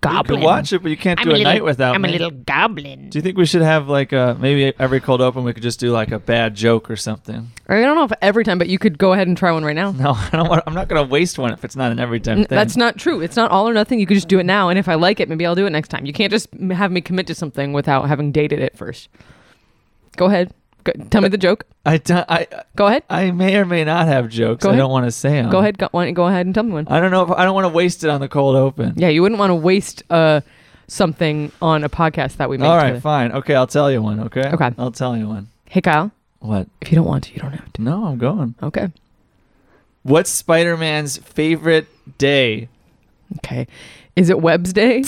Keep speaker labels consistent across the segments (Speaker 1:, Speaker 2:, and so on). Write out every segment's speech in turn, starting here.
Speaker 1: goblin.
Speaker 2: You could watch it, but you can't
Speaker 1: I'm
Speaker 2: do a,
Speaker 1: a little,
Speaker 2: night without
Speaker 1: I'm
Speaker 2: me.
Speaker 1: a little goblin.
Speaker 2: Do you think we should have like a maybe every cold open we could just do like a bad joke or something?
Speaker 3: I don't know if every time, but you could go ahead and try one right now.
Speaker 2: No, I don't want. I'm not going to waste one if it's not an every time thing.
Speaker 3: That's not true. It's not all or nothing. You could just do it now, and if I like it, maybe I'll do it next time. You can't just m- have me commit to something without having dated it first. Go ahead. Go, tell me the joke.
Speaker 2: I, don't, I
Speaker 3: Go ahead.
Speaker 2: I may or may not have jokes.
Speaker 3: Go
Speaker 2: I
Speaker 3: ahead.
Speaker 2: don't want to say them.
Speaker 3: Go ahead. Go, why don't you go ahead and tell me one.
Speaker 2: I don't know. if I don't want to waste it on the cold open.
Speaker 3: Yeah, you wouldn't want to waste uh, something on a podcast that we made.
Speaker 2: All right,
Speaker 3: together.
Speaker 2: fine. Okay, I'll tell you one. Okay.
Speaker 3: Okay.
Speaker 2: I'll tell you one.
Speaker 3: Hey, Kyle.
Speaker 2: What?
Speaker 3: If you don't want to, you don't have to.
Speaker 2: No, I'm going.
Speaker 3: Okay.
Speaker 2: What's Spider-Man's favorite day?
Speaker 3: Okay. Is it Webb's Day?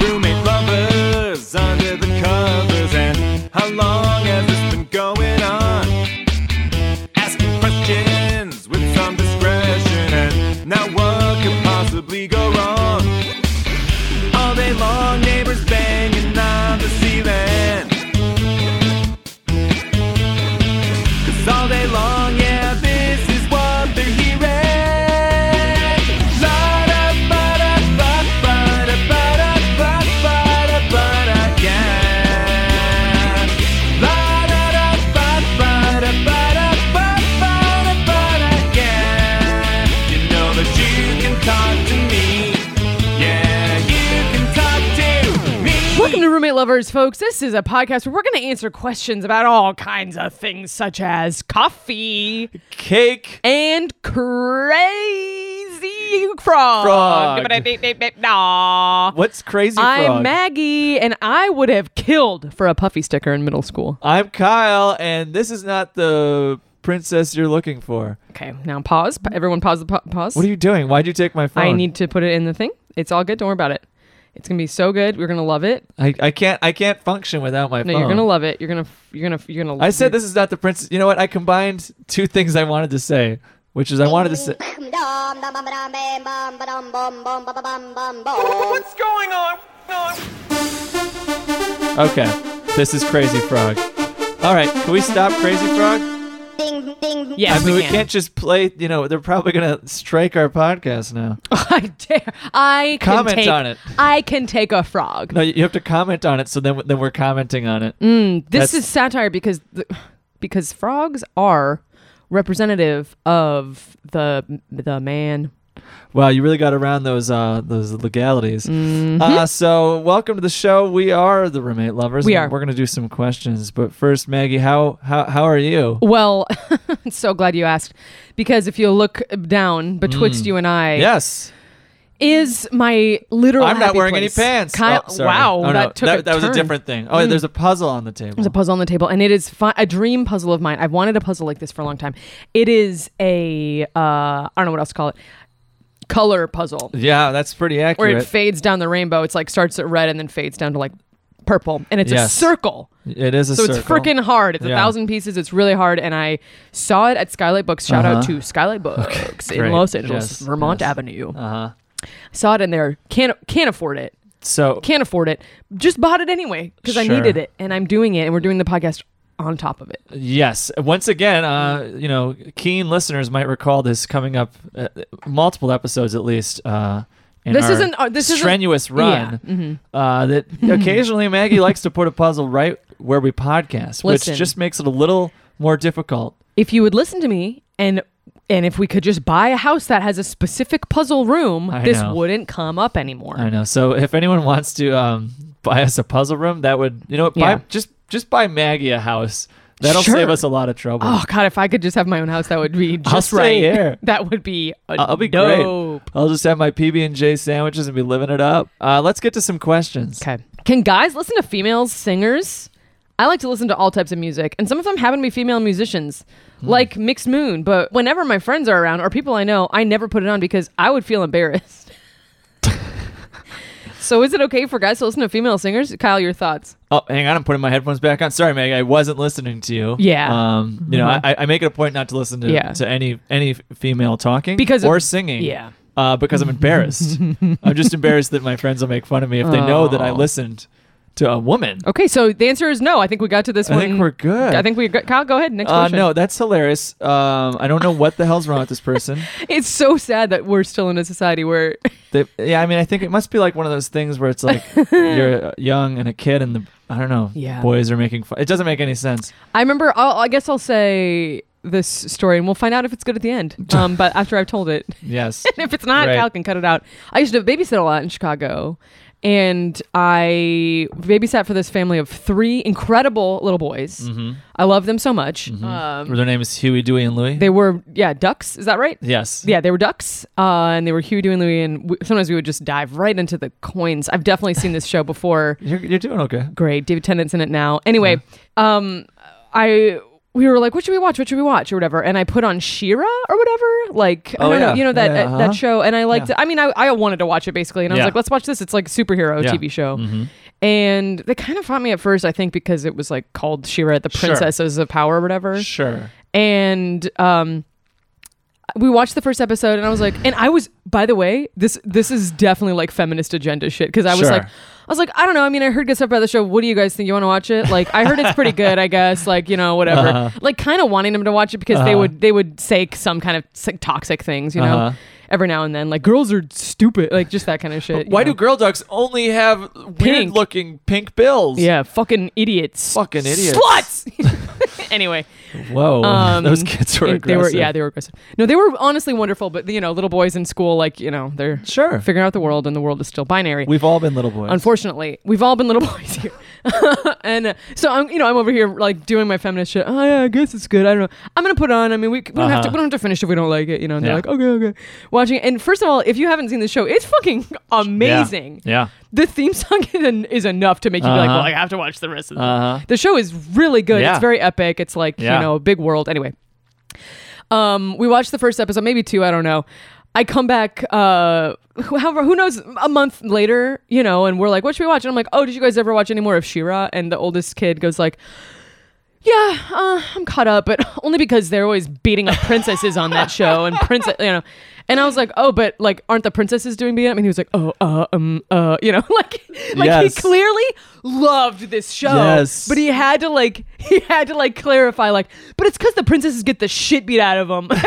Speaker 4: Roommate lovers under the covers, and how long has this been going on? Asking questions with some discretion, and now what could possibly go wrong? All day long, neighbors banging on the ceiling. 'Cause all day long, yeah, this is what they're hearing. La-da-ba-da-ba-ba-da-ba-da-ba-ba-da, yeah. La-da-da-ba-ba-da-ba-da-ba-da-ba-da, yeah. You know that you can talk to me. Yeah, you can talk to me.
Speaker 3: Welcome to Roommate Lovers, folks. This is a podcast where we're going to answer questions about all kinds of things, such as coffee
Speaker 2: Cake.
Speaker 3: and crazy frog.
Speaker 2: Frog.
Speaker 3: But I think- think- think- nah.
Speaker 2: What's crazy frog?
Speaker 3: I'm Maggie, and I would have killed for a puffy sticker in middle school.
Speaker 2: I'm Kyle, and this is not the princess you're looking for.
Speaker 3: Okay, now pause. Pa- Everyone, pause the pa- pause.
Speaker 2: What are you doing? Why'd you take my phone?
Speaker 3: I need to put it in the thing. It's all good. Don't worry about it. It's gonna be so good. We're gonna love it.
Speaker 2: I, I can't. I can't function without my
Speaker 3: No,
Speaker 2: phone.
Speaker 3: you're gonna love it. You're gonna. f- You're gonna. f- You're gonna.
Speaker 2: Oh. I said this is not the princess. You know what? I combined two things I wanted to say, which is I wanted to say.
Speaker 4: What's going on?
Speaker 2: Okay, this is Crazy Frog. All right, can we stop Crazy Frog?
Speaker 3: Yes,
Speaker 2: I mean, we,
Speaker 3: can.
Speaker 2: can't just play. You know, they're probably gonna strike our podcast now.
Speaker 3: I dare. I can
Speaker 2: Comment
Speaker 3: take-
Speaker 2: on it.
Speaker 3: I can take a frog.
Speaker 2: No, you you have to comment on it. So then, then we're commenting on it.
Speaker 3: this
Speaker 2: that's-
Speaker 3: is satire because the, because frogs are representative of the the man.
Speaker 2: Wow, you really got around those uh, those legalities.
Speaker 3: Mm-hmm.
Speaker 2: Uh, so, welcome to the show. We are the roommate lovers.
Speaker 3: We
Speaker 2: and
Speaker 3: are.
Speaker 2: We're gonna do some questions, but first, Maggie, how how how are you?
Speaker 3: Well, so glad you asked because if you look down
Speaker 2: Mm.
Speaker 3: betwixt you and I,
Speaker 2: Yes,
Speaker 3: is my literal.
Speaker 2: I'm not
Speaker 3: happy
Speaker 2: wearing
Speaker 3: place.
Speaker 2: any pants.
Speaker 3: Kyle,
Speaker 2: Oh, sorry.
Speaker 3: wow,
Speaker 2: Oh, no,
Speaker 3: that took
Speaker 2: that,
Speaker 3: a
Speaker 2: that was a
Speaker 3: turn. Mm.
Speaker 2: different thing. Oh, there's a puzzle on the table.
Speaker 3: There's a puzzle on the table, and it is fi- a dream puzzle of mine. I've wanted a puzzle like this for a long time. It is a uh, I don't know what else to call it, color puzzle
Speaker 2: yeah, that's pretty
Speaker 3: where
Speaker 2: accurate.
Speaker 3: it fades down the rainbow. It's like starts at red and then fades down to like purple, and it's
Speaker 2: Yes.
Speaker 3: a circle.
Speaker 2: it is a
Speaker 3: So it's
Speaker 2: circle.
Speaker 3: freaking hard. It's
Speaker 2: Yeah.
Speaker 3: a thousand pieces. It's really hard. And I saw it at Skylight Books. Shout out
Speaker 2: Uh-huh.
Speaker 3: to Skylight Books
Speaker 2: great.
Speaker 3: in Los Angeles,
Speaker 2: Yes,
Speaker 3: Vermont
Speaker 2: yes.
Speaker 3: Avenue.
Speaker 2: Uh-huh.
Speaker 3: Saw it in there. Can't can't afford it.
Speaker 2: So
Speaker 3: Can't afford it. Just bought it anyway because I
Speaker 2: Sure.
Speaker 3: needed it, and I'm doing it, and we're doing the podcast on top of it.
Speaker 2: Yes. Once again, uh, you know, keen listeners might recall this coming up uh, multiple episodes at least. Uh, in
Speaker 3: This
Speaker 2: our
Speaker 3: isn't- uh, this isn't-
Speaker 2: strenuous run.
Speaker 3: Yeah, mhm.
Speaker 2: Uh, that occasionally Maggie likes to put a puzzle right where we podcast,
Speaker 3: Listen.
Speaker 2: which just makes it a little more difficult.
Speaker 3: If you would listen to me and. And if we could just buy a house that has a specific puzzle room,
Speaker 2: I
Speaker 3: this
Speaker 2: know.
Speaker 3: wouldn't come up anymore.
Speaker 2: I know. So if anyone wants to um, buy us a puzzle room, that would you know what, buy
Speaker 3: Yeah.
Speaker 2: just just buy Maggie a house. That'll
Speaker 3: Sure.
Speaker 2: save us a lot of trouble.
Speaker 3: Oh God! If I could just have my own house, that would be just
Speaker 2: I'll
Speaker 3: right.
Speaker 2: stay here. Uh,
Speaker 3: That would be. A
Speaker 2: I'll be
Speaker 3: dope.
Speaker 2: great. I'll just have my PB and J sandwiches and be living it up. Uh, let's get to some questions.
Speaker 3: Okay. Can guys listen to female singers? I like to listen to all types of music, and some of them happen to be female musicians,
Speaker 2: Hmm.
Speaker 3: like Mixed Moon. But whenever my friends are around or people I know, I never put it on because I would feel embarrassed. so, is it okay for guys to listen to female singers? Kyle, your thoughts?
Speaker 2: Oh, hang on. I'm putting my headphones back on. Sorry, Meg. I wasn't listening to you.
Speaker 3: Yeah. Mm-hmm.
Speaker 2: Um. You know, I, I make it a point not to listen to,
Speaker 3: Yeah.
Speaker 2: to any any female talking
Speaker 3: Because of-
Speaker 2: or singing.
Speaker 3: yeah.
Speaker 2: Oh. Uh, because I'm embarrassed. I'm just embarrassed that my friends will make fun of me if they know that I listened to a woman.
Speaker 3: Okay, so the answer is no. I think we got to this
Speaker 2: I
Speaker 3: one.
Speaker 2: think we're good.
Speaker 3: I think we got, Kyle, go ahead. Next
Speaker 2: Uh,
Speaker 3: question.
Speaker 2: no, that's hilarious. Um, I don't know what the hell's wrong with this person.
Speaker 3: It's so sad that we're still in a society where
Speaker 2: They, yeah, I mean, I think it must be like one of those things where it's like you're young and a kid, and the I don't know,
Speaker 3: Yeah.
Speaker 2: boys are making fun. It doesn't make any sense.
Speaker 3: I remember. I'll, I guess I'll say this story, and we'll find out if it's good at the end. Um, but after I've told it,
Speaker 2: Yes,
Speaker 3: if it's not,
Speaker 2: Right.
Speaker 3: Cal can cut it out. I used to babysit a lot in Chicago, and I babysat for this family of three incredible little boys. I love them so much. Um,
Speaker 2: their name is Huey, Dewey, and Louie.
Speaker 3: they were yeah ducks. Is that right?
Speaker 2: yes,
Speaker 3: Yeah, they were ducks, uh, and they were Huey, Dewey, and Louie, and w- sometimes we would just dive right into the coins. I've definitely seen this show before.
Speaker 2: You're, you're doing okay.
Speaker 3: Great, David Tennant's in it now. Anyway, um, I we were like, what should we watch? What should we watch or whatever? And I put on Shira or whatever. Like, I
Speaker 2: Oh,
Speaker 3: don't know,
Speaker 2: yeah.
Speaker 3: you know that
Speaker 2: Yeah,
Speaker 3: uh,
Speaker 2: uh-huh.
Speaker 3: that show. And I liked.
Speaker 2: Yeah.
Speaker 3: it. I mean, I, I wanted to watch it basically, and I was
Speaker 2: Yeah.
Speaker 3: like, let's watch this. It's like a superhero
Speaker 2: Yeah. Mm-hmm.
Speaker 3: TV show. And they kind of fought me at first, I think, because it was like called Shira, the
Speaker 2: Sure.
Speaker 3: Princesses of Power or whatever
Speaker 2: Sure.
Speaker 3: and um we watched the first episode and I was like and I was by the way this this is definitely like feminist agenda shit cuz I was
Speaker 2: Sure.
Speaker 3: like I was like I don't know I mean I heard good stuff about the show what do you guys think you want to watch it like I heard it's pretty good I guess like you know whatever
Speaker 2: Uh-huh.
Speaker 3: like kind of wanting them to watch it because they would they would say some kind of s- toxic things you know
Speaker 2: Uh-huh.
Speaker 3: every now and then like girls are stupid like just that kind of shit you
Speaker 2: Why
Speaker 3: know?
Speaker 2: do girl ducks only have weird
Speaker 3: Uh, Pink.
Speaker 2: looking pink bills?
Speaker 3: yeah fucking idiots
Speaker 2: Fucking idiots.
Speaker 3: sluts anyway
Speaker 2: Whoa.
Speaker 3: Um,
Speaker 2: Those kids were
Speaker 3: and they were
Speaker 2: aggressive.
Speaker 3: yeah they were aggressive no they were honestly wonderful but you know little boys in school like you know they're
Speaker 2: Sure.
Speaker 3: figuring out the world and the world is still binary
Speaker 2: We've all been little boys.
Speaker 3: unfortunately we've all been little boys here and uh, so i'm you know i'm over here like doing my feminist shit oh yeah i guess it's good i don't know i'm gonna put on i mean we, we don't have to
Speaker 2: Uh-huh.
Speaker 3: we don't have to finish if we don't like it you know and
Speaker 2: Yeah.
Speaker 3: they're like okay okay watching it. and first of all if you haven't seen the show it's fucking amazing
Speaker 2: Yeah.
Speaker 3: the theme song is, en- is enough to make you be like
Speaker 2: Uh-huh.
Speaker 3: well i have to watch the rest of the
Speaker 2: Uh huh.
Speaker 3: the show is really good.
Speaker 2: Yeah.
Speaker 3: It's very epic. It's like,
Speaker 2: Yeah.
Speaker 3: you know, a big world. Anyway. Um, we watched the first episode, maybe two, I don't know. I come back uh who- however who knows a month later, you know, and we're like, what should we watch? And I'm like, Oh, did you guys ever watch any more of Shira? And the oldest kid goes like yeah, uh, I'm caught up, but only because they're always beating up princesses on that show and princess, you know. And I was like, oh, but like, aren't the princesses doing beat up? And he was like, oh, uh, um, uh, you know, like, like
Speaker 2: Yes.
Speaker 3: he clearly loved this show,
Speaker 2: Yes.
Speaker 3: Oh, but he had to like, he had to like clarify, like, but it's because the princesses get the shit beat out of them.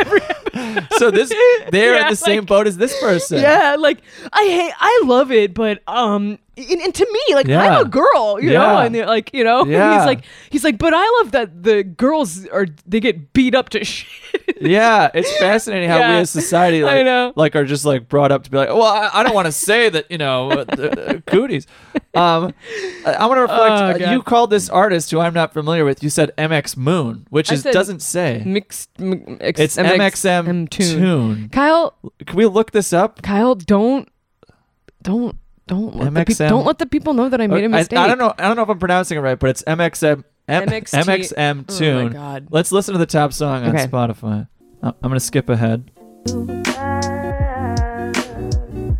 Speaker 2: So this they're in
Speaker 3: Yeah,
Speaker 2: the same
Speaker 3: like-
Speaker 2: boat as this person.
Speaker 3: yeah, like I hate, I love it, but um, and, and to me, like,
Speaker 2: Yeah.
Speaker 3: I'm a girl, you know,
Speaker 2: Yeah.
Speaker 3: and they're like, you know,
Speaker 2: Yeah.
Speaker 3: he's like, he's like, but I love that the girls are they get beat up to shit.
Speaker 2: Yeah, it's fascinating how
Speaker 3: Yeah.
Speaker 2: we as society,
Speaker 3: I
Speaker 2: like,
Speaker 3: know.
Speaker 2: like, are just like brought up to be like, well, I, I don't want to say that, you know, uh, the, uh, cooties. Um, I, I want to
Speaker 3: Oh,
Speaker 2: reflect. uh,
Speaker 3: God.
Speaker 2: you called this artist who I'm not familiar with. You said MX Moon, which
Speaker 3: I
Speaker 2: is
Speaker 3: said-
Speaker 2: doesn't say.
Speaker 3: mixed m- ex-
Speaker 2: It's MXM tune.
Speaker 3: Kyle,
Speaker 2: Can we look this up?
Speaker 3: Kyle, don't, don't, don't let, the
Speaker 2: MXM.
Speaker 3: peop don't let the people know that I made a
Speaker 2: I-
Speaker 3: mistake.
Speaker 2: I, don't know. I don't know if I'm pronouncing it right, but it's MXM M-
Speaker 3: MXT.
Speaker 2: MXM
Speaker 3: Oh my
Speaker 2: tune.
Speaker 3: God.
Speaker 2: Let's listen to the top song
Speaker 3: Okay.
Speaker 2: on Spotify. I- I'm gonna skip ahead.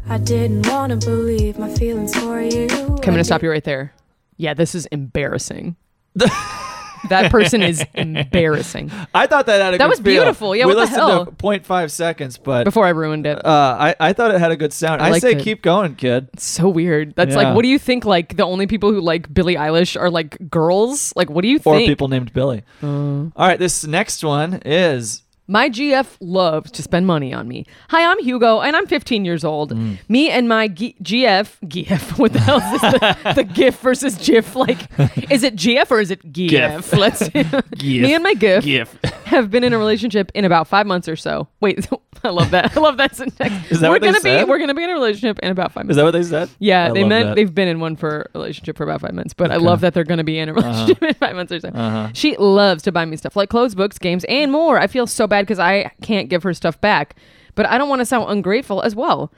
Speaker 1: I didn't wanna believe my feelings for you.
Speaker 3: Okay, I'm gonna stop you right there. Yeah, this is embarrassing. that person is embarrassing.
Speaker 2: I thought that had a
Speaker 3: That
Speaker 2: good
Speaker 3: was
Speaker 2: feel.
Speaker 3: beautiful. Yeah,
Speaker 2: we
Speaker 3: what the
Speaker 2: listened
Speaker 3: hell?
Speaker 2: to 0.5 seconds, but
Speaker 3: Before I ruined it.
Speaker 2: uh, I I thought it had a good sound.
Speaker 3: I
Speaker 2: I,
Speaker 3: liked
Speaker 2: say
Speaker 3: it.
Speaker 2: keep going, kid.
Speaker 3: so weird. That's
Speaker 2: Yeah.
Speaker 3: like, what do you think? Like, the only people who like Billie Eilish are like girls. Like, what do you
Speaker 2: Four
Speaker 3: think? Uh.
Speaker 2: people named Billy. All right, this next one is
Speaker 3: My GF loves to spend money on me. Hi, I'm Hugo, and I'm 15 years old. Me and my G- GF, GF, what the hell is this? The, the GIF versus GIF? Like, is it GF or is it GIF?
Speaker 2: GIF.
Speaker 3: Let's. Me and my GIF,
Speaker 2: GIF.
Speaker 3: have been in a relationship in about five months or so. Wait, I love that. I love that syntax.
Speaker 2: Is that
Speaker 3: we're
Speaker 2: what they
Speaker 3: gonna be
Speaker 2: said?
Speaker 3: we're gonna be in a relationship in about five months.
Speaker 2: Is that what they said?
Speaker 3: Yeah,
Speaker 2: I
Speaker 3: they
Speaker 2: love
Speaker 3: meant
Speaker 2: that.
Speaker 3: they've been in one for a relationship for about five months, but I love that they're going to be in a
Speaker 2: Uh-huh.
Speaker 3: relationship in five months or so. She loves to buy me stuff like clothes, books, games, and more. I feel so bad because I can't give her stuff back, but I don't want to sound ungrateful as well.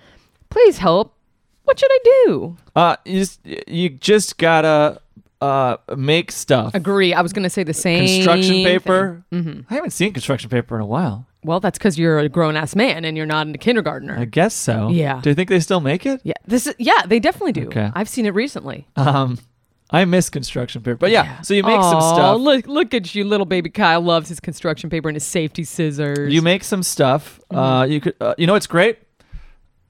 Speaker 3: Please help. What should I do?
Speaker 2: Uh, you just you just gotta uh make stuff.
Speaker 3: Agree. I was going to say the same.
Speaker 2: construction
Speaker 3: thing. Mm-hmm.
Speaker 2: paper. I haven't seen construction paper in a while.
Speaker 3: Well, that's because you're a grown ass man and you're not a kindergartner.
Speaker 2: I guess so.
Speaker 3: Yeah.
Speaker 2: Do you think they still make it?
Speaker 3: yeah, this is, yeah, they definitely do.
Speaker 2: Okay.
Speaker 3: I've seen it recently.
Speaker 2: Um, I miss construction paper, but yeah. So you make some
Speaker 3: Aw,
Speaker 2: stuff.
Speaker 3: Look, look at you, little baby Kyle loves his construction paper and his safety scissors. Mm-hmm.
Speaker 2: You make some stuff. Uh, you could. Uh, you know, it's great.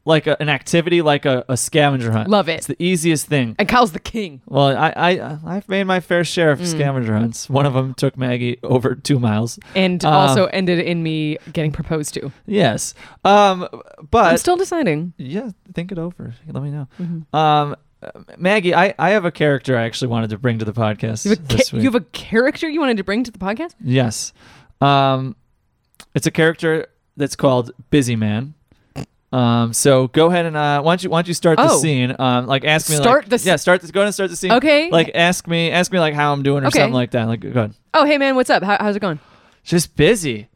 Speaker 2: like a, an activity like a, a scavenger hunt.
Speaker 3: Love it.
Speaker 2: It's the easiest thing.
Speaker 3: And Kyle's the king.
Speaker 2: Well, I, I I've made my fair share
Speaker 3: Mm.
Speaker 2: of scavenger hunts. One of them took Maggie over two miles.
Speaker 3: And
Speaker 2: Uh,
Speaker 3: also ended in me getting proposed to.
Speaker 2: Yes, um,
Speaker 3: I'm
Speaker 2: but
Speaker 3: still deciding.
Speaker 2: yeah, think it over. Let me know.
Speaker 3: Mm-hmm.
Speaker 2: Um, Maggie, I, I have a character I actually wanted to bring to the podcast
Speaker 3: You have, a
Speaker 2: this
Speaker 3: ca-
Speaker 2: week.
Speaker 3: you have a character you wanted to bring to the podcast?
Speaker 2: Yes. Um, it's a character that's called Busy Man. Um, so go ahead and uh, why don't you why don't you start the
Speaker 3: Oh.
Speaker 2: scene? Um, like ask me
Speaker 3: Start
Speaker 2: like,
Speaker 3: the s-
Speaker 2: yeah start this go ahead and start the scene.
Speaker 3: Okay.
Speaker 2: Like ask me ask me like how I'm doing or
Speaker 3: Okay.
Speaker 2: something like that. Like go ahead.
Speaker 3: Oh, hey, man, what's up? How, how's it going?
Speaker 2: Just busy.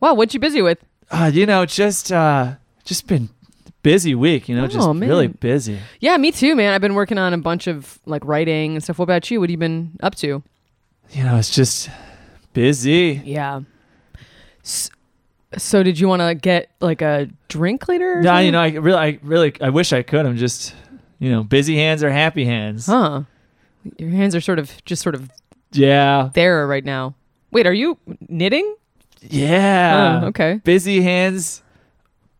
Speaker 3: Wow, what you busy with?
Speaker 2: Uh, you know just uh, just been busy week. You know just
Speaker 3: Oh, man.
Speaker 2: really busy.
Speaker 3: Yeah, me too, man. I've been working on a bunch of like writing and stuff. What about you? What have you been up to?
Speaker 2: You know it's just busy.
Speaker 3: Yeah. So, so did you want to get like a drink later? or
Speaker 2: Yeah, you
Speaker 3: something?
Speaker 2: know I really I really I wish I could. I'm just you know busy hands are happy hands.
Speaker 3: Huh. Your hands are sort of just sort of
Speaker 2: Yeah.
Speaker 3: there right now. Wait, are you knitting?
Speaker 2: Yeah.
Speaker 3: Oh, okay.
Speaker 2: Busy hands,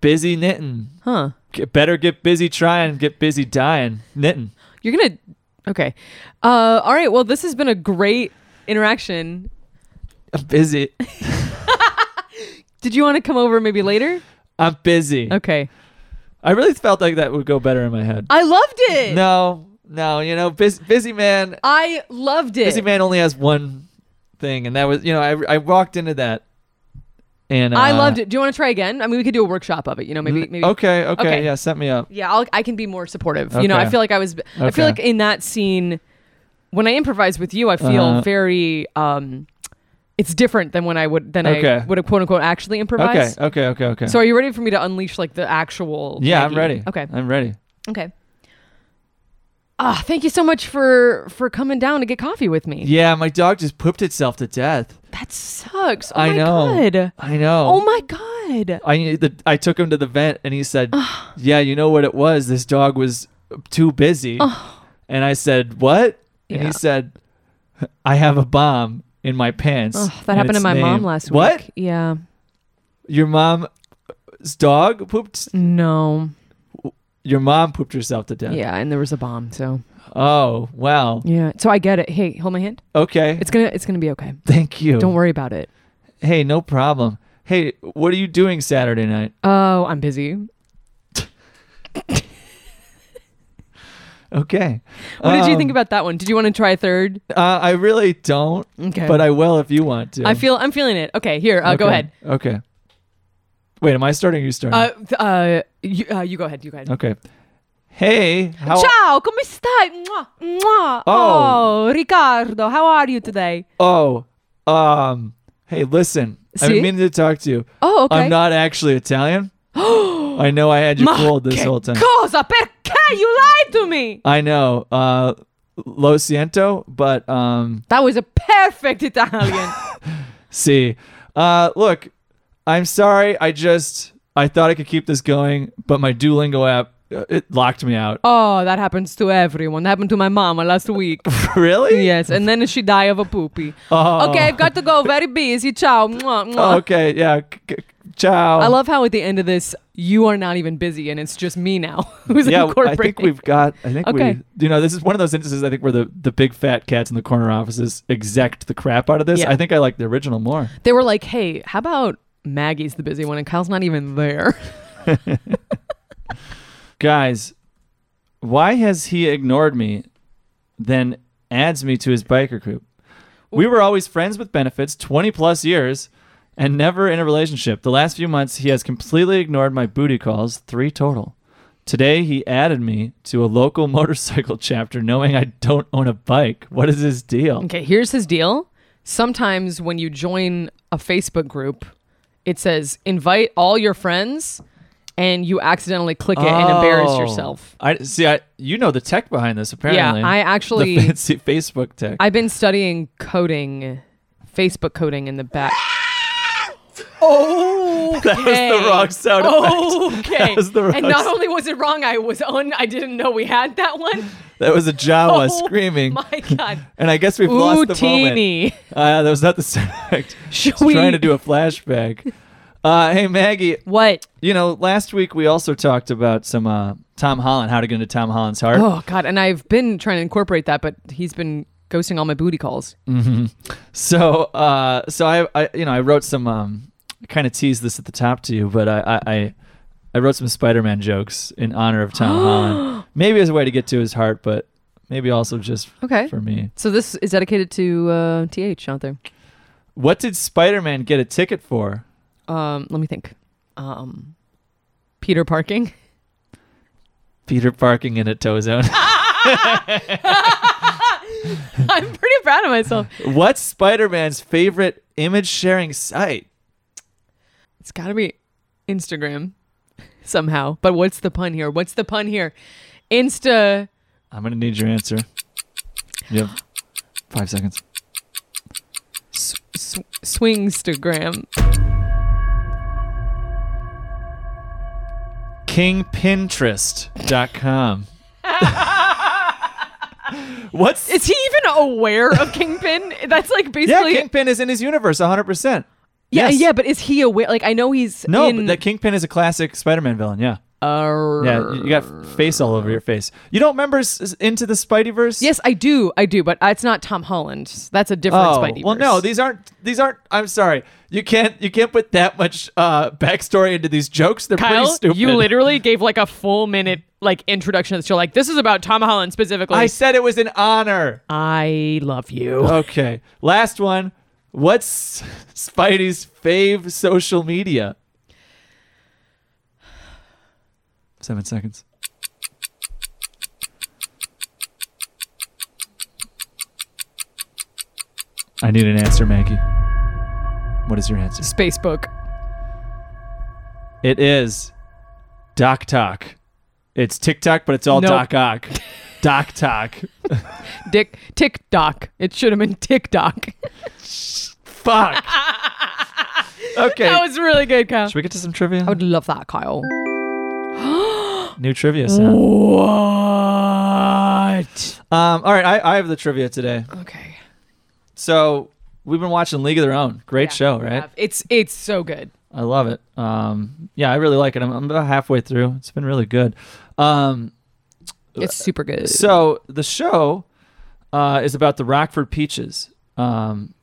Speaker 2: busy knitting.
Speaker 3: Huh.
Speaker 2: Get better get busy trying, get busy dying, knitting.
Speaker 3: You're gonna. Okay. Uh. All right. Well, this has been a great interaction.
Speaker 2: I'm busy.
Speaker 3: Did you want to come over maybe later?
Speaker 2: I'm busy.
Speaker 3: Okay.
Speaker 2: I really felt like that would go better in my head.
Speaker 3: I loved it.
Speaker 2: No, no, you know, busy, busy man.
Speaker 3: I loved it.
Speaker 2: Busy man only has one thing, and that was, you know, I, I walked into that, and uh,
Speaker 3: I loved it. Do you want to try again? I mean, we could do a workshop of it. You know, maybe maybe.
Speaker 2: Okay, okay,
Speaker 3: Okay.
Speaker 2: yeah, set me up.
Speaker 3: Yeah, I'll, I can be more supportive. You know, I
Speaker 2: Okay.
Speaker 3: feel like I was. I
Speaker 2: Okay.
Speaker 3: feel like in that scene, when I improvise with you, I feel
Speaker 2: Uh-huh.
Speaker 3: very. um It's different than when I would than
Speaker 2: Okay.
Speaker 3: I would have quote unquote actually
Speaker 2: Okay,
Speaker 3: improvised.
Speaker 2: okay, okay, okay.
Speaker 3: So are you ready for me to unleash like the actual?
Speaker 2: yeah, I'm
Speaker 3: Maggie?
Speaker 2: ready.
Speaker 3: Okay.
Speaker 2: I'm ready.
Speaker 3: Okay. Ah, thank you so much for for coming down to get coffee with me.
Speaker 2: Yeah, my dog just pooped itself to death.
Speaker 3: That sucks. Oh
Speaker 2: I
Speaker 3: my
Speaker 2: know.
Speaker 3: god.
Speaker 2: I know.
Speaker 3: Oh my god.
Speaker 2: I need the, I took him to the vet and he said, "Yeah, you know what it was. This dog was too busy." And I said, "What?" And
Speaker 3: Yeah.
Speaker 2: he said, "I have a bomb in my pants."
Speaker 3: Ugh, that
Speaker 2: and
Speaker 3: happened to
Speaker 2: its
Speaker 3: my mom
Speaker 2: name-
Speaker 3: last week.
Speaker 2: What?
Speaker 3: Yeah.
Speaker 2: Your mom's dog pooped.
Speaker 3: No.
Speaker 2: Your mom pooped herself to death.
Speaker 3: Yeah, and there was a bomb, so
Speaker 2: Oh wow.
Speaker 3: yeah. So I get it. Hey, hold my hand.
Speaker 2: Okay.
Speaker 3: It's gonna it's gonna be okay.
Speaker 2: Thank you.
Speaker 3: Don't worry about it.
Speaker 2: Hey, no problem. Hey, what are you doing Saturday night?
Speaker 3: Oh, I'm busy.
Speaker 2: Okay.
Speaker 3: What did you
Speaker 2: Um,
Speaker 3: think about that one? Did you want to try a third?
Speaker 2: Uh, I really don't,
Speaker 3: Okay.
Speaker 2: but I will if you want to.
Speaker 3: I feel I'm feeling it. Okay, here, uh, go
Speaker 2: Okay.
Speaker 3: ahead.
Speaker 2: Okay. Wait, am I starting? Or you starting?
Speaker 3: Uh, th- uh, you, uh, you go ahead. You go ahead.
Speaker 2: Okay. Hey, how?
Speaker 3: Ciao, come stai? Mwah, mwah.
Speaker 2: Oh.
Speaker 3: Oh. Ricardo, how are you today?
Speaker 2: Oh, um. Hey, listen. I've
Speaker 3: See?
Speaker 2: been meaning to talk to you.
Speaker 3: Oh, okay.
Speaker 2: I'm not actually Italian. I know I had you
Speaker 3: Ma
Speaker 2: fooled this
Speaker 3: che
Speaker 2: whole time.
Speaker 3: Cosa? Perché you lied to me?
Speaker 2: I know. Uh, lo siento, but um,
Speaker 3: That was a perfect Italian.
Speaker 2: see. Uh, look, I'm sorry. I just I thought I could keep this going, but my Duolingo app uh, it locked me out.
Speaker 3: oh, that happens to everyone. That happened to my mama last week.
Speaker 2: really?
Speaker 3: yes, and then she died of a poopy.
Speaker 2: Oh.
Speaker 3: Okay, I've got to go. Very busy. Ciao. Mwah, mwah.
Speaker 2: Okay. Yeah. C- c- ciao.
Speaker 3: I love how at the end of this, you are not even busy, and it's just me now who's
Speaker 2: yeah, I
Speaker 3: incorporating.
Speaker 2: think we've got. I think
Speaker 3: Okay.
Speaker 2: we. You know, this is one of those instances. I think where the the big fat cats in the corner offices exact the crap out of this.
Speaker 3: Yeah.
Speaker 2: I think I like the original more.
Speaker 3: They were like, "Hey, how about Maggie's the busy one, and Kyle's not even there."
Speaker 2: Guys, why has he ignored me, then adds me to his biker group? We were always friends with benefits, twenty plus years, and never in a relationship. The last few months, he has completely ignored my booty calls, three total. Today he added me to a local motorcycle chapter, knowing I don't own a bike. What is his deal?
Speaker 3: Okay, here's his deal. Sometimes when you join a Facebook group, it says invite all your friends, and you accidentally click it and embarrass
Speaker 2: Oh.
Speaker 3: yourself.
Speaker 2: I see. I you know the tech behind this apparently.
Speaker 3: Yeah, I actually,
Speaker 2: the fancy Facebook tech.
Speaker 3: I've been studying coding, Facebook coding in the back.
Speaker 2: that was the wrong sound effect.
Speaker 3: Okay.
Speaker 2: That was the wrong
Speaker 3: Oh, and not
Speaker 2: sound.
Speaker 3: only was it wrong, I was on. I didn't know we had that one.
Speaker 2: That was a Jawa
Speaker 3: Oh,
Speaker 2: screaming.
Speaker 3: My God.
Speaker 2: And I guess we've
Speaker 3: Ooh,
Speaker 2: lost the moment.
Speaker 3: teeny.
Speaker 2: Uh, that was not the sound effect.
Speaker 3: Should
Speaker 2: Just
Speaker 3: we-
Speaker 2: Trying to do a flashback. Uh, hey Maggie,
Speaker 3: What?
Speaker 2: you know, last week we also talked about some uh, Tom Holland, how to get into Tom Holland's heart.
Speaker 3: Oh God! And I've been trying to incorporate that, but he's been ghosting all my booty calls.
Speaker 2: So, uh, so I, I, you know, I wrote some, um, I kind of teased this at the top to you, but I, I, I, I wrote some Spider-Man jokes in honor of Tom Holland, maybe as a way to get to his heart, but maybe also just
Speaker 3: Okay.
Speaker 2: for me.
Speaker 3: So this is dedicated to uh, TH out there.
Speaker 2: What did Spider-Man get a ticket for?
Speaker 3: Um, let me think. Um, Peter parking.
Speaker 2: Peter parking in a tow zone.
Speaker 3: I'm pretty proud of myself.
Speaker 2: What's Spider-Man's favorite image sharing site?
Speaker 3: It's got to be Instagram somehow. But what's the pun here? What's the pun here? Insta.
Speaker 2: I'm gonna need your answer. You have five seconds.
Speaker 3: sw- sw- swingstagram.
Speaker 2: Kingpinterest.com. What's
Speaker 3: Is he even aware of Kingpin? That's like
Speaker 2: yeah?
Speaker 3: basically.
Speaker 2: Kingpin is in his universe, 100. percent
Speaker 3: yeah,
Speaker 2: yes.
Speaker 3: yeah, but is he aware? Like, I know he's
Speaker 2: No,
Speaker 3: in.
Speaker 2: but that Kingpin is a classic Spider-Man villain. Yeah,
Speaker 3: Arr.
Speaker 2: yeah. You you got face all over your face. You don't remember s- s- Into the Spideyverse?
Speaker 3: Yes, I do, I do, but uh, it's not Tom Holland. That's a different
Speaker 2: Oh
Speaker 3: Spidey.
Speaker 2: well, no. These aren't. These aren't. I'm sorry. You can't. You can't put that much uh, backstory into these jokes. They're
Speaker 3: Kyle,
Speaker 2: pretty stupid.
Speaker 3: you literally gave like a full minute like introduction to the show. Like, this is about Tom Holland specifically.
Speaker 2: I Oh. said it was an honor.
Speaker 3: I love you.
Speaker 2: Okay. Last one. What's Spidey's fave social media? Seven seconds. I need an answer, Maggie. What is your answer?
Speaker 3: Spacebook.
Speaker 2: It is Doc Talk. It's TikTok, but it's all
Speaker 3: Nope.
Speaker 2: Doc Ock. Doc Talk.
Speaker 3: Dick TikTok. It should have been TikTok.
Speaker 2: Fuck. Okay.
Speaker 3: that was Oh, really good, Kyle.
Speaker 2: Should we get to some trivia?
Speaker 3: I would love that, Kyle.
Speaker 2: New trivia sound.
Speaker 3: What?
Speaker 2: Um, all right, I, I have the trivia today.
Speaker 3: Okay.
Speaker 2: So we've been watching League of Their Own. Great show, right?
Speaker 3: It's it's so good.
Speaker 2: I love it. Um, yeah, I really like it. I'm, I'm about halfway through. It's been really good. Um,
Speaker 3: It's super good.
Speaker 2: Uh, so the show uh, is about the Rockford Peaches, um,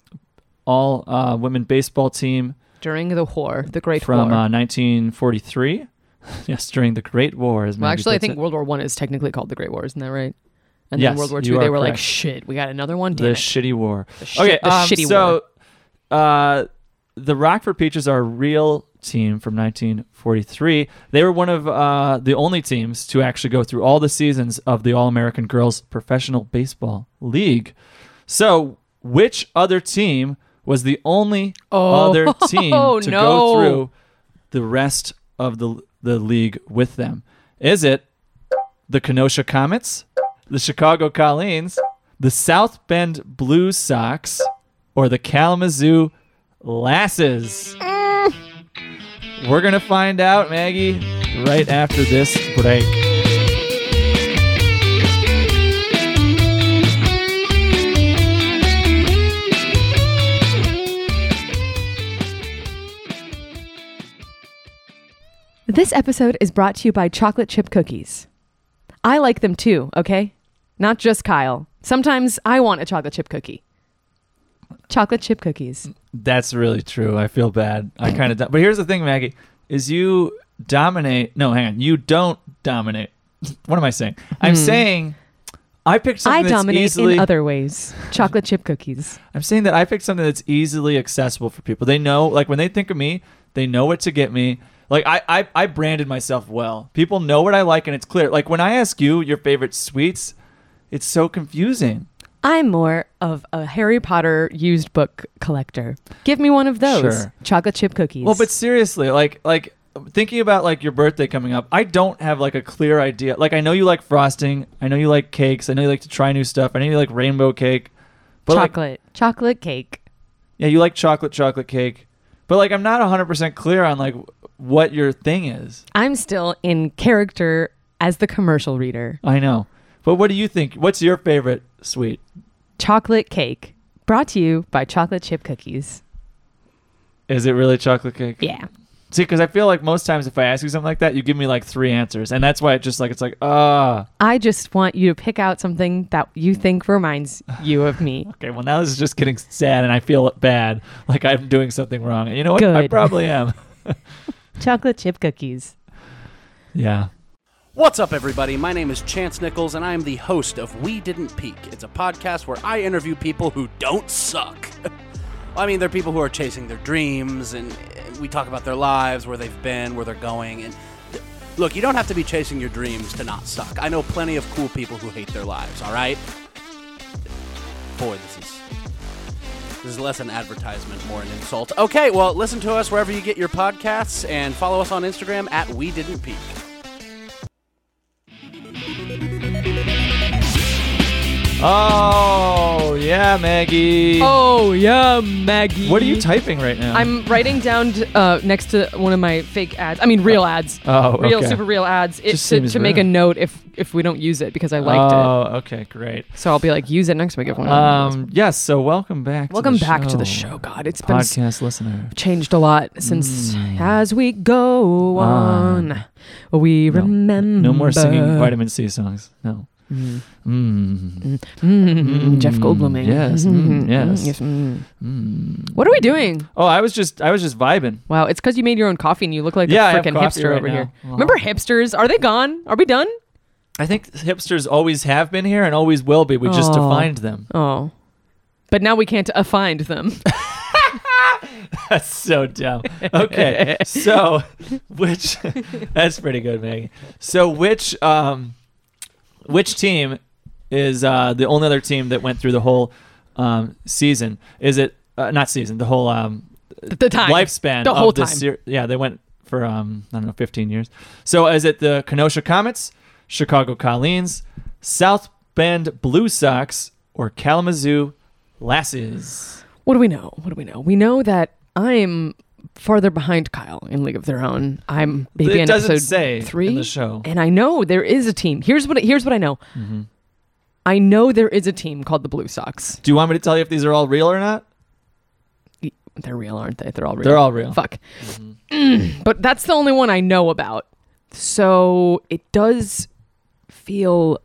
Speaker 2: all uh, women baseball team
Speaker 3: during the war, the Great
Speaker 2: from
Speaker 3: War.
Speaker 2: Uh, 1943. yes, during the Great War. As
Speaker 3: well,
Speaker 2: Maggie
Speaker 3: actually, I
Speaker 2: puts
Speaker 3: think
Speaker 2: it.
Speaker 3: World War One is technically called the Great War, isn't that right? And
Speaker 2: Yes,
Speaker 3: then World War
Speaker 2: you
Speaker 3: Two, they
Speaker 2: are
Speaker 3: were like,
Speaker 2: correct.
Speaker 3: "Shit, we got another one."
Speaker 2: the
Speaker 3: Damn it.
Speaker 2: shitty war. um,
Speaker 3: shit- the shitty
Speaker 2: so, uh, the Rockford Peaches are a real team from 1943. They were one of uh, the only teams to actually go through all the seasons of the All American Girls Professional Baseball League. So, which other team was the only
Speaker 3: Oh,
Speaker 2: other team to
Speaker 3: no.
Speaker 2: go through the rest of the the league with them? Is it the Kenosha Comets, the Chicago Colleens, the South Bend Blue Sox, or the Kalamazoo Lasses?
Speaker 3: Mm.
Speaker 2: We're going to find out, Maggie, right after this break.
Speaker 3: This episode is brought to you by chocolate chip cookies. I like them too. Okay, not just Kyle. Sometimes I want a chocolate chip cookie. Chocolate chip cookies.
Speaker 2: That's really true. I feel bad. I kind of do- But here's the thing, Maggie, is you dominate. No, hang on. You don't dominate. What am I saying? I'm saying I picked something
Speaker 3: Hmm. I
Speaker 2: that's
Speaker 3: dominate
Speaker 2: easily
Speaker 3: in other ways. Chocolate chip cookies.
Speaker 2: I'm saying that I picked something that's easily accessible for people. They know, like when they think of me, they know what to get me. Like I, I, I branded myself well. People know what I like, and it's clear. Like when I ask you your favorite sweets, it's so confusing.
Speaker 3: I'm more of a Harry Potter used book collector. Give me one of those.
Speaker 2: Sure.
Speaker 3: Chocolate chip cookies.
Speaker 2: Well, but seriously, like like thinking about like your birthday coming up, I don't have like a clear idea. Like I know you like frosting, I know you like cakes, I know you like to try new stuff, I know you like rainbow cake, but like,
Speaker 3: chocolate. chocolate cake.
Speaker 2: yeah, you like chocolate chocolate cake, but like I'm not 100% clear on like what your thing is.
Speaker 3: I'm still in character as the commercial reader.
Speaker 2: I know. But what do you think? What's your favorite sweet?
Speaker 3: Chocolate cake. Brought to you by chocolate chip cookies.
Speaker 2: Is it really chocolate cake?
Speaker 3: Yeah.
Speaker 2: See, because I feel like most times if I ask you something like that, you give me like three answers, and that's why it just like it's like ah.
Speaker 3: I just want you to pick out something that you think reminds you of me.
Speaker 2: Okay, well now this is just getting sad, and I feel bad, like I'm doing something wrong. And you know what? I
Speaker 3: Good.
Speaker 2: probably am.
Speaker 3: Chocolate chip cookies.
Speaker 2: yeah.
Speaker 5: What's up, everybody? My name is Chance Nichols, and I am the host of We Didn't Peak. It's a podcast where I interview people who don't suck. I mean, they're people who are chasing their dreams, and and we talk about their lives, where they've been, where they're going. And th- look, you don't have to be chasing your dreams to not suck. I know plenty of cool people who hate their lives. All right. Boy, this is this is less an advertisement, more an insult. Okay, well, listen to us wherever you get your podcasts, and follow us on Instagram at We Didn't Peak.
Speaker 2: Oh yeah, Maggie.
Speaker 3: Oh yeah, Maggie.
Speaker 2: What are you typing right now?
Speaker 3: I'm writing down uh, next to one of my fake ads. I mean, real ads.
Speaker 2: Oh,
Speaker 3: real
Speaker 2: okay.
Speaker 3: super real ads. It,
Speaker 2: Just
Speaker 3: to
Speaker 2: seems
Speaker 3: to make a
Speaker 2: real.
Speaker 3: note if if we don't use it because I liked
Speaker 2: Oh, okay, great.
Speaker 3: it. So I'll be like, use it next week if we don't.
Speaker 2: Um, yes. So welcome back.
Speaker 3: Welcome
Speaker 2: to the
Speaker 3: back
Speaker 2: show,
Speaker 3: to the show. God, it's been s-
Speaker 2: podcast Mm. listener.
Speaker 3: changed a lot since as we go on. we
Speaker 2: Ah. No.
Speaker 3: remember.
Speaker 2: No more singing vitamin C songs. No. Mm.
Speaker 3: Mm, Jeff
Speaker 2: Mm,
Speaker 3: Goldbluming.
Speaker 2: yes, mm, yes.
Speaker 3: mm.
Speaker 2: Mm.
Speaker 3: What are we doing?
Speaker 2: Oh, I was just I was just vibing.
Speaker 3: Wow, it's because you made your own coffee and you look like
Speaker 2: Yeah, I
Speaker 3: a
Speaker 2: have
Speaker 3: freaking
Speaker 2: coffee
Speaker 3: hipster
Speaker 2: right
Speaker 3: over
Speaker 2: now.
Speaker 3: here.
Speaker 2: Wow.
Speaker 3: Remember hipsters? Are they gone? Are we done?
Speaker 2: I think hipsters always have been here and always will be. We just
Speaker 3: Aw.
Speaker 2: defined them.
Speaker 3: Oh. But now we can't uh, find them.
Speaker 2: That's so dumb. Okay, so which that's pretty good, Maggie. So which um, which team is uh, the only other team that went through the whole um, season? Is it uh, not season? The whole um,
Speaker 3: the time.
Speaker 2: lifespan
Speaker 3: The
Speaker 2: of
Speaker 3: whole
Speaker 2: the
Speaker 3: time.
Speaker 2: ser- yeah, they went for um, I don't know, 15 years. So is it the Kenosha Comets, Chicago Colleens, South Bend Blue Sox, or Kalamazoo Lasses?
Speaker 3: What do we know? What do we know? We know that I'm farther behind Kyle in League of Their Own. I'm maybe
Speaker 2: it
Speaker 3: in
Speaker 2: doesn't
Speaker 3: episode
Speaker 2: say
Speaker 3: three
Speaker 2: in the show.
Speaker 3: And I know there is a team. Here's what here's what I know.
Speaker 2: Mm-hmm.
Speaker 3: I know there is a team called the Blue Sox.
Speaker 2: Do you want me to tell you if these are all real or not?
Speaker 3: They're real, aren't they? They're all real.
Speaker 2: They're all real.
Speaker 3: Fuck. Mm, but that's the only one I know about. So it does feel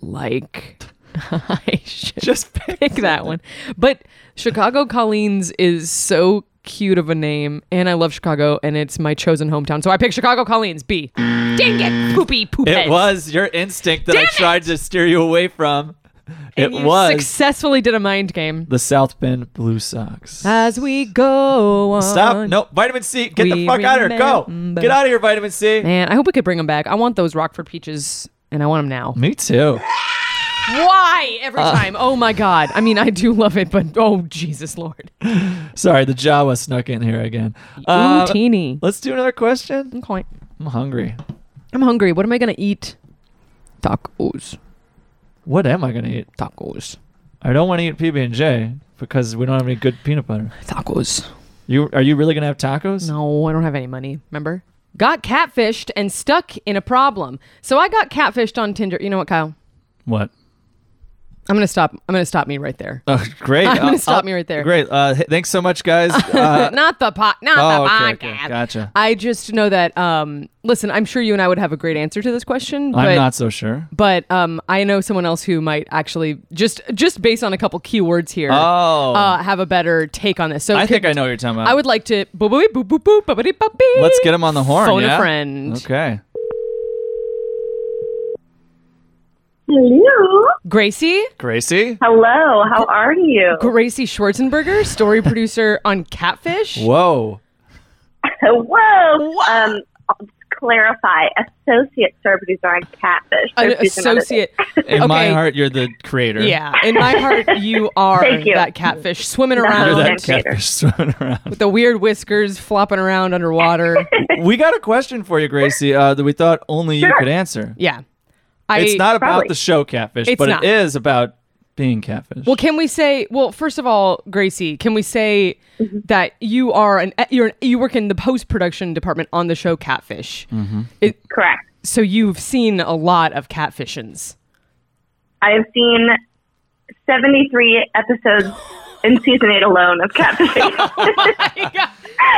Speaker 3: like I should
Speaker 2: Just pick.
Speaker 3: pick that one. But Chicago Colleen's is so cute of a name, and I love Chicago, and it's my chosen hometown. So I picked Chicago Colleen's B. Dang it, poopy poop.
Speaker 2: It was your instinct that I
Speaker 3: Damn it!
Speaker 2: tried to steer you away from.
Speaker 3: And
Speaker 2: it
Speaker 3: you
Speaker 2: was
Speaker 3: successfully did a mind game.
Speaker 2: the South Bend Blue Sox.
Speaker 3: As we go on.
Speaker 2: Stop. No, vitamin C. Get the
Speaker 3: We
Speaker 2: fuck out of here. Go.
Speaker 3: remember.
Speaker 2: Get out of here, vitamin C.
Speaker 3: Man, I hope we could bring them back. I want those Rockford peaches, and I want them now.
Speaker 2: Me too.
Speaker 3: Why every
Speaker 2: Uh.
Speaker 3: time? Oh my God. I mean, I do love it, but oh, Jesus Lord.
Speaker 2: Sorry, the Jawa snuck in here again.
Speaker 3: Ooh,
Speaker 2: Uh,
Speaker 3: teeny.
Speaker 2: let's do another question.
Speaker 3: Okay.
Speaker 2: I'm hungry.
Speaker 3: I'm hungry. What am I going to eat? Tacos.
Speaker 2: What am I gonna eat?
Speaker 3: Tacos.
Speaker 2: I don't want to eat PB and J because we don't have any good peanut butter.
Speaker 3: Tacos.
Speaker 2: You are you really gonna have tacos?
Speaker 3: No, I don't have any money. Remember? Got catfished and stuck in a problem. So I got catfished on Tinder. You know what, Kyle?
Speaker 2: What?
Speaker 3: I'm gonna stop. I'm gonna stop me right there.
Speaker 2: Oh, great.
Speaker 3: I'm gonna
Speaker 2: Uh,
Speaker 3: stop
Speaker 2: uh,
Speaker 3: me right there.
Speaker 2: Great. Uh, h- thanks so much, guys. Uh,
Speaker 3: not the pot. Not
Speaker 2: oh,
Speaker 3: the
Speaker 2: okay,
Speaker 3: podcast.
Speaker 2: okay. Gotcha.
Speaker 3: I just know that. Um, listen, I'm sure you and I would have a great answer to this question, but
Speaker 2: I'm not so sure.
Speaker 3: but um, I know someone else who might actually just just based on a couple keywords here,
Speaker 2: Oh,
Speaker 3: uh, have a better take on this. So
Speaker 2: I
Speaker 3: could-
Speaker 2: think I know what you're talking about.
Speaker 3: I would like to. boop, boop, boop, boop, boop, boop, boop, boop.
Speaker 2: Let's get him on the horn.
Speaker 3: Phone
Speaker 2: yeah?
Speaker 3: a friend.
Speaker 2: Okay.
Speaker 6: Hello.
Speaker 3: Gracie.
Speaker 2: Gracie.
Speaker 6: Hello. How are you?
Speaker 3: Gracie Schwarzenberger, story producer on Catfish.
Speaker 2: Whoa.
Speaker 6: Whoa. Um, I'll just clarify. Associate star producer on Catfish.
Speaker 3: An
Speaker 6: Star producer on other
Speaker 3: associate.
Speaker 2: In my
Speaker 3: Okay.
Speaker 2: heart, you're the creator.
Speaker 3: Yeah, in my heart, you are
Speaker 6: Thank you.
Speaker 3: that catfish swimming
Speaker 2: You're
Speaker 6: Oh,
Speaker 3: around
Speaker 2: that
Speaker 6: that's creator.
Speaker 2: catfish swimming around.
Speaker 3: with the weird whiskers flopping around underwater.
Speaker 2: we got a question for you, Gracie, uh, that we thought only you could answer.
Speaker 3: yeah, I,
Speaker 2: It's not about
Speaker 6: Probably.
Speaker 2: the show catfish,
Speaker 3: It's
Speaker 2: but
Speaker 3: not.
Speaker 2: it is about being catfish.
Speaker 3: Well, can we say? Well, first of all, Gracie, can we say
Speaker 6: Mm-hmm.
Speaker 3: that you are an e, you're an, you work in the post production department on the show Catfish?
Speaker 6: Correct.
Speaker 3: So you've seen a lot of catfishins.
Speaker 6: I have seen 73 episodes in season eight alone of catfishing.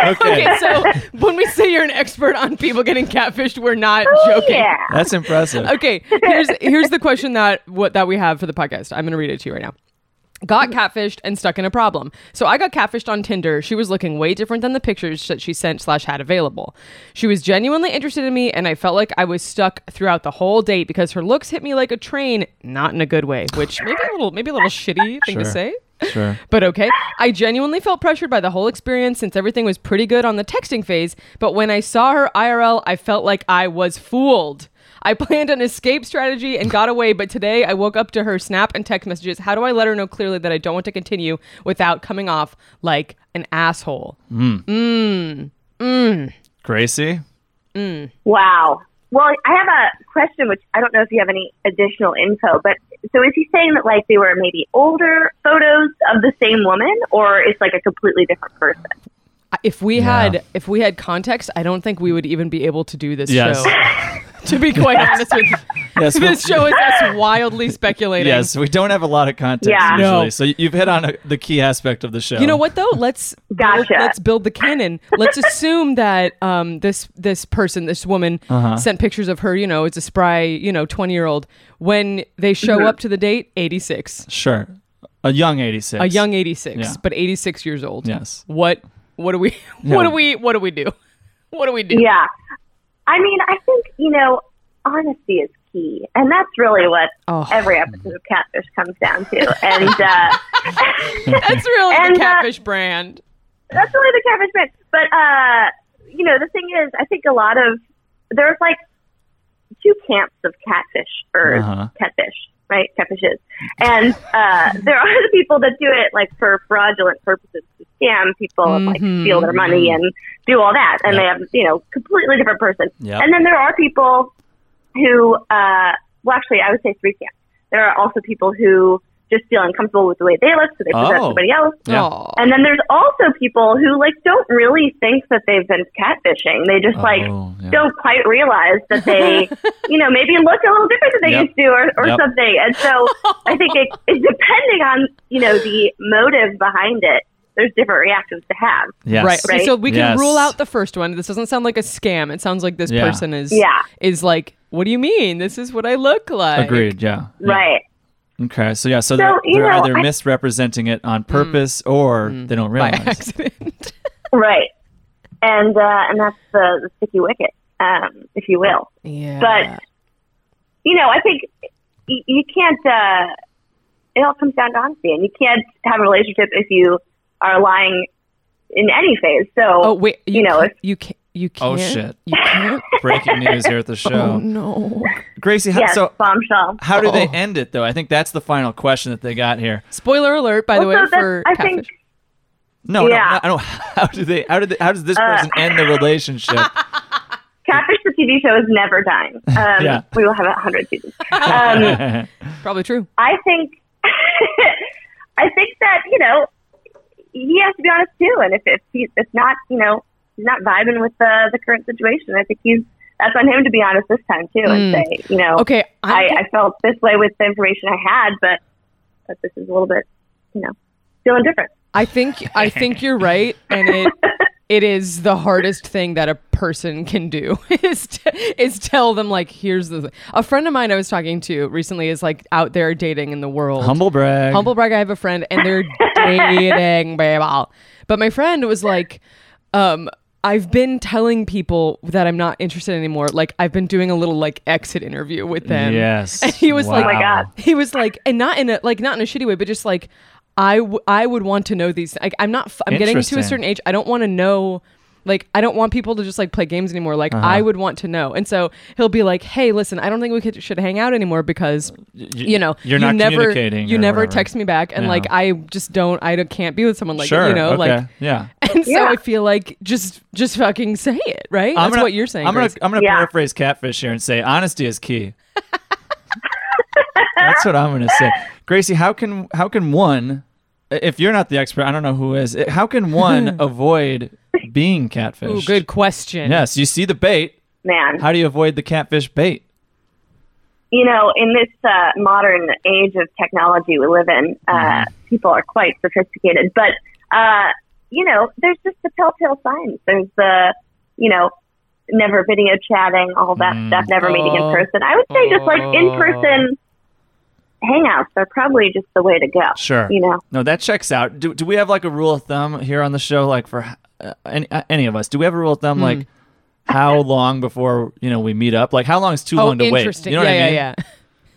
Speaker 2: Okay.
Speaker 3: Okay, so when we say you're an expert on people getting catfished, we're not joking.
Speaker 6: yeah.
Speaker 2: That's impressive.
Speaker 3: Okay, here's here's the question that what that we have for the podcast. I'm gonna read it to you right now. Got catfished and stuck in a problem. So I got catfished on Tinder. She was looking way different than the pictures that she sent slash had available. She was genuinely interested in me, and I felt like I was stuck throughout the whole date because her looks hit me like a train, not in a good way, which maybe a little maybe a little shitty thing
Speaker 2: Sure.
Speaker 3: to say.
Speaker 2: Sure.
Speaker 3: But okay, I genuinely felt pressured by the whole experience since everything was pretty good on the texting phase. But when I saw her IRL, I felt like I was fooled. I planned an escape strategy and got away, but today I woke up to her snap and text messages. How do I let her know clearly that I don't want to continue without coming off like an asshole?
Speaker 2: Gracie?
Speaker 6: Wow. Well, I have a question, which I don't know if you have any additional info, but so is he saying that like they were maybe older photos of the same woman, or it's like a completely different person?
Speaker 3: I- If we
Speaker 2: Yeah.
Speaker 3: had if we had context, I don't think we would even be able to do this
Speaker 2: Yes.
Speaker 3: show. to be quite honest with you,
Speaker 2: Yes. we-
Speaker 3: this show is us wildly speculating.
Speaker 2: Yes, we don't have a lot of context
Speaker 6: Yeah.
Speaker 2: usually.
Speaker 3: No.
Speaker 2: So you've hit on a, the key aspect of the show.
Speaker 3: You know what though? Let's
Speaker 6: Gotcha.
Speaker 3: build- let's build the canon. Let's assume that um, this this person, this woman,
Speaker 2: Uh-huh.
Speaker 3: sent pictures of her. You know, it's a spry, you know, twenty year old. When they
Speaker 2: Mm-hmm.
Speaker 3: show up to the date, eighty six,
Speaker 2: Sure. A young 86.
Speaker 3: a young eighty six,
Speaker 2: Yeah.
Speaker 3: but eighty six years old.
Speaker 2: Yes.
Speaker 3: What what do we what do we what do we do? What do we do?
Speaker 6: Yeah. I mean, I think, you know, honesty is key. And that's really what
Speaker 3: Oh.
Speaker 6: every episode of Catfish comes down to. And uh,
Speaker 3: That's really
Speaker 6: And,
Speaker 3: the
Speaker 6: uh,
Speaker 3: catfish brand.
Speaker 6: that's really the Catfish brand. But, uh, you know, the thing is, I think a lot of, there's like two camps of catfish or
Speaker 2: Uh-huh.
Speaker 6: catfish, right? Catfishes. And uh, there are the people that do it like for fraudulent purposes to scam people and like
Speaker 2: Mm-hmm,
Speaker 6: steal their money and do all that. And they have, you know, completely different person.
Speaker 2: Yep.
Speaker 6: And then there are people who, uh, well, actually, I would say three camps. There are also people who just feel uncomfortable with the way they look, so they present
Speaker 2: Oh.
Speaker 6: somebody else.
Speaker 2: Yeah.
Speaker 3: Aw.
Speaker 6: And then there's also people who like don't really think that they've been catfishing. They just like
Speaker 2: Oh, yeah.
Speaker 6: don't quite realize that they, you know, maybe look a little different than they
Speaker 2: Yep.
Speaker 6: used to or, or
Speaker 2: Yep.
Speaker 6: something. And so I think it, it depending on, you know, the motive behind it, there's different reactions to have.
Speaker 2: Yes.
Speaker 3: Right. Okay,
Speaker 6: Right?
Speaker 3: so we can
Speaker 2: Yes.
Speaker 3: rule out the first one. This doesn't sound like a scam. It sounds like this
Speaker 2: Yeah.
Speaker 3: person is
Speaker 6: Yeah.
Speaker 3: is like, what do you mean? This is what I look like.
Speaker 2: Agreed. Yeah. Yeah.
Speaker 6: Right.
Speaker 2: Okay. So yeah. So, they're,
Speaker 6: you
Speaker 2: they're
Speaker 6: know,
Speaker 2: either
Speaker 6: I-
Speaker 2: misrepresenting it on purpose or they don't
Speaker 3: Mm. By
Speaker 2: realize.
Speaker 3: accident.
Speaker 6: Right. And uh, and that's the, the sticky wicket, um, if you will.
Speaker 3: yeah.
Speaker 6: But you know, I think y- you can't. Uh, it all comes down to honesty, and you can't have a relationship if you are lying in any phase. So,
Speaker 3: Oh wait, you,
Speaker 6: you know,
Speaker 3: ca-
Speaker 6: if-
Speaker 3: you can't. You
Speaker 2: Oh,
Speaker 3: can't.
Speaker 2: shit.
Speaker 3: You can't.
Speaker 2: Breaking news here at the show.
Speaker 3: oh no.
Speaker 2: Gracie, how,
Speaker 6: yes,
Speaker 2: so
Speaker 6: bombshell.
Speaker 2: how do they end it though? I think that's the final question that they got here.
Speaker 3: Spoiler alert, by the way,
Speaker 6: Also, that's-
Speaker 3: for
Speaker 6: I
Speaker 3: catfish.
Speaker 6: think
Speaker 2: No,
Speaker 6: Yeah.
Speaker 2: no, no, no. How do they? How did? They, how does
Speaker 3: Uh,
Speaker 2: this person end the relationship?
Speaker 6: Catfish the TV show is never dying. Um,
Speaker 2: Yeah.
Speaker 6: We will have a hundred seasons. Um,
Speaker 3: Probably true.
Speaker 6: I think, I think that you know, he has to be honest too. And if if he, if not, you know, he's not vibing with the the current situation. I think he's that's on him to be honest this time too, and say, you know,
Speaker 3: Mm. Okay, I'm
Speaker 6: Oh, I,
Speaker 3: go-
Speaker 6: I felt this way with the information I had, but but this is a little bit, you know, feeling different.
Speaker 3: I think I think you're right, and it it is the hardest thing that a person can do is t- is tell them like here's the th-. a friend of mine I was talking to recently is like out there dating in the world.
Speaker 2: Humble brag.
Speaker 3: Humble brag, I have a friend, and they're dating, babe. But my friend was like, um, I've been telling people that I'm not interested anymore. Like, I've been doing a little like exit interview with them.
Speaker 2: Yes.
Speaker 3: And he was like,
Speaker 2: Wow.
Speaker 6: Oh my God.
Speaker 3: he was like, and not in a like not in a shitty way, but just like, I w- I would want to know these. Like, I'm not. F- I'm getting to
Speaker 2: Interesting.
Speaker 3: a certain age. I don't want to know. Like, I don't want people to just like play games anymore. Like, I would want to know. And so he'll be like, Hey, listen, I don't think we could, should hang out anymore because you know
Speaker 2: you're
Speaker 3: you
Speaker 2: not
Speaker 3: never,
Speaker 2: communicating
Speaker 3: You
Speaker 2: or
Speaker 3: never
Speaker 2: whatever.
Speaker 3: text me back, and
Speaker 2: Yeah.
Speaker 3: like I just don't. I don't- can't be with someone like
Speaker 2: sure.
Speaker 3: you know
Speaker 2: okay.
Speaker 3: like.
Speaker 2: yeah.
Speaker 3: And so
Speaker 6: Yeah.
Speaker 3: I feel like just just fucking say it, right? That's what you're saying.
Speaker 2: I'm gonna
Speaker 3: Grace.
Speaker 2: I'm gonna
Speaker 6: Yeah.
Speaker 2: paraphrase Catfish here and say honesty is key. That's what I'm gonna say, Gracie. How can how can one, if you're not the expert, I don't know who is. How can one avoid being catfish?
Speaker 3: Ooh, good question.
Speaker 2: Yes, you see the bait.
Speaker 6: Man,
Speaker 2: How do you avoid the catfish bait?
Speaker 6: you know, in this uh, modern age of technology we live in, uh, people are quite sophisticated. But uh, you know, there's just the telltale signs. There's the, you know, never video chatting, all that stuff, never meeting in
Speaker 3: Oh.
Speaker 6: person. I would say just like in person hangouts are probably just the way to go.
Speaker 5: Sure.
Speaker 6: You know,
Speaker 2: No, that checks out. Do, do we have like a rule of thumb here on the show? Like for uh, any, uh, any of us, do we have a rule of
Speaker 3: Hmm.
Speaker 2: thumb like how long before you know we meet up? Like how long is too long to wait?
Speaker 3: Oh, interesting.
Speaker 2: You know
Speaker 3: yeah,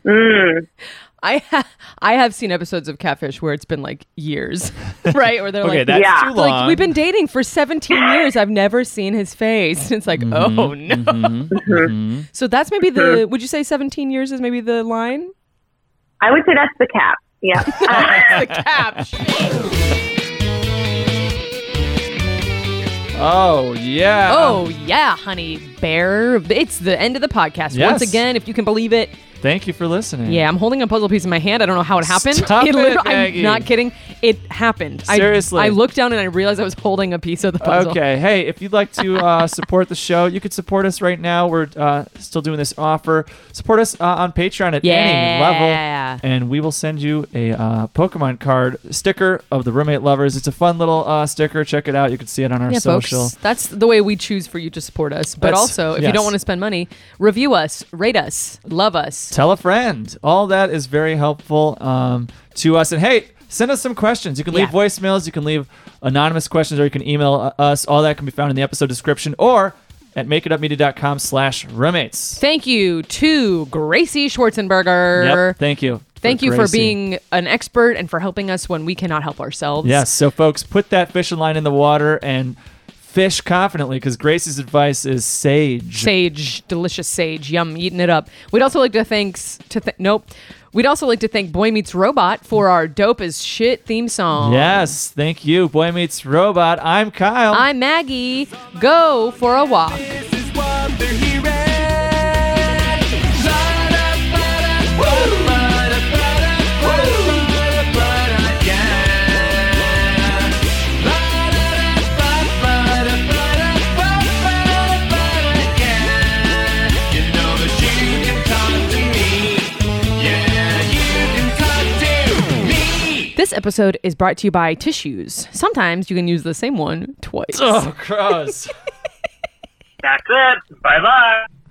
Speaker 2: what I mean?
Speaker 3: yeah, yeah. I ha- I have seen episodes of Catfish where it's been like years, right? Or they're
Speaker 2: Okay,
Speaker 3: like,
Speaker 2: that's
Speaker 6: Yeah.
Speaker 2: too long.
Speaker 6: Like,
Speaker 3: like we've been dating for 17 years. I've never seen his face. It's like,
Speaker 2: Mm-hmm,
Speaker 3: oh no. So that's maybe the. Would you say 17 years is maybe the line?
Speaker 6: I would say that's the cap. Yeah. Uh,
Speaker 3: the cap.
Speaker 2: Oh yeah.
Speaker 3: Oh yeah, honey bear. It's the end of the podcast.
Speaker 2: Yes.
Speaker 3: Once again, if you can believe it.
Speaker 2: Thank you for listening.
Speaker 3: Yeah, I'm holding a puzzle piece in my hand. I don't know how it happened.
Speaker 2: Stop it,
Speaker 3: literally-
Speaker 2: Maggie.
Speaker 3: I'm not kidding. It happened. I-
Speaker 2: Seriously.
Speaker 3: I, looked down and I realized I was holding a piece of the puzzle.
Speaker 2: Okay. Hey, if you'd like to uh, support the show, you could support us right now. We're uh, still doing this offer. Support us uh, on Patreon at any
Speaker 3: Yeah.
Speaker 2: level, and we will send you a uh, Pokemon card sticker of the Roommate Lovers. It's a fun little uh, sticker. Check it out. You can see it on our
Speaker 3: Yeah,
Speaker 2: social.
Speaker 3: folks. That's the way we choose for you to support us. But
Speaker 2: That's-
Speaker 3: also, if
Speaker 2: yes.
Speaker 3: you don't want to spend money, review us, rate us, love us.
Speaker 2: Tell a friend. All that is very helpful um, to us. And hey. Send us some questions. You can leave
Speaker 3: Yeah.
Speaker 2: voicemails, you can leave anonymous questions, or you can email uh, us. All that can be found in the episode description or at makeitupmedia.com slash roommates.
Speaker 3: Thank you to Gracie Schwarzenberger.
Speaker 2: Yep, thank you.
Speaker 3: Thank you for
Speaker 2: Gracie.
Speaker 3: being an expert and for helping us when we cannot help ourselves.
Speaker 2: Yes. So, folks, put that fishing line in the water and fish confidently because Gracie's advice is sage.
Speaker 3: sage, delicious sage, yum, eating it up. We'd also like to thanks to th- nope. We'd also like to thank Boy Meets Robot for our dope as shit theme song.
Speaker 2: Yes. Thank you. Boy Meets Robot. I'm Kyle.
Speaker 3: I'm Maggie. Go for a walk.
Speaker 4: This is what they're hearing. La-da-ba-da, woo, la-da-ba-da, woo, la-da-ba-da, yeah. La-da-da-ba, la-da-ba-da, ba, ba-da-ba-da, yeah. You know that you can talk to me. Yeah, you can talk to me.
Speaker 3: This episode is brought to you by tissues. Sometimes you can use the same one twice.
Speaker 2: oh, gross.
Speaker 7: That's it. Bye bye.